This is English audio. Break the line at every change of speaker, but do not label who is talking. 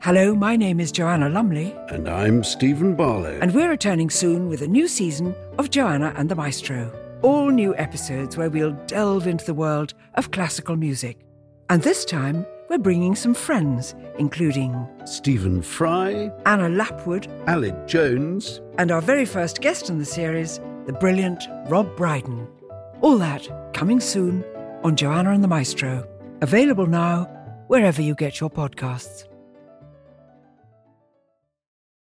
Hello, my name is Joanna Lumley,
And I'm Stephen Barlow.
and we're returning soon with a new season of Joanna and the Maestro. All new episodes where we'll delve into the world of classical music. And this time, we're bringing some friends, including
Stephen Fry,
Anna Lapwood
Alec Jones,
and our very first guest in the series, the brilliant Rob Brydon. All that coming soon on Joanna and the Maestro. Available now wherever you get your podcasts.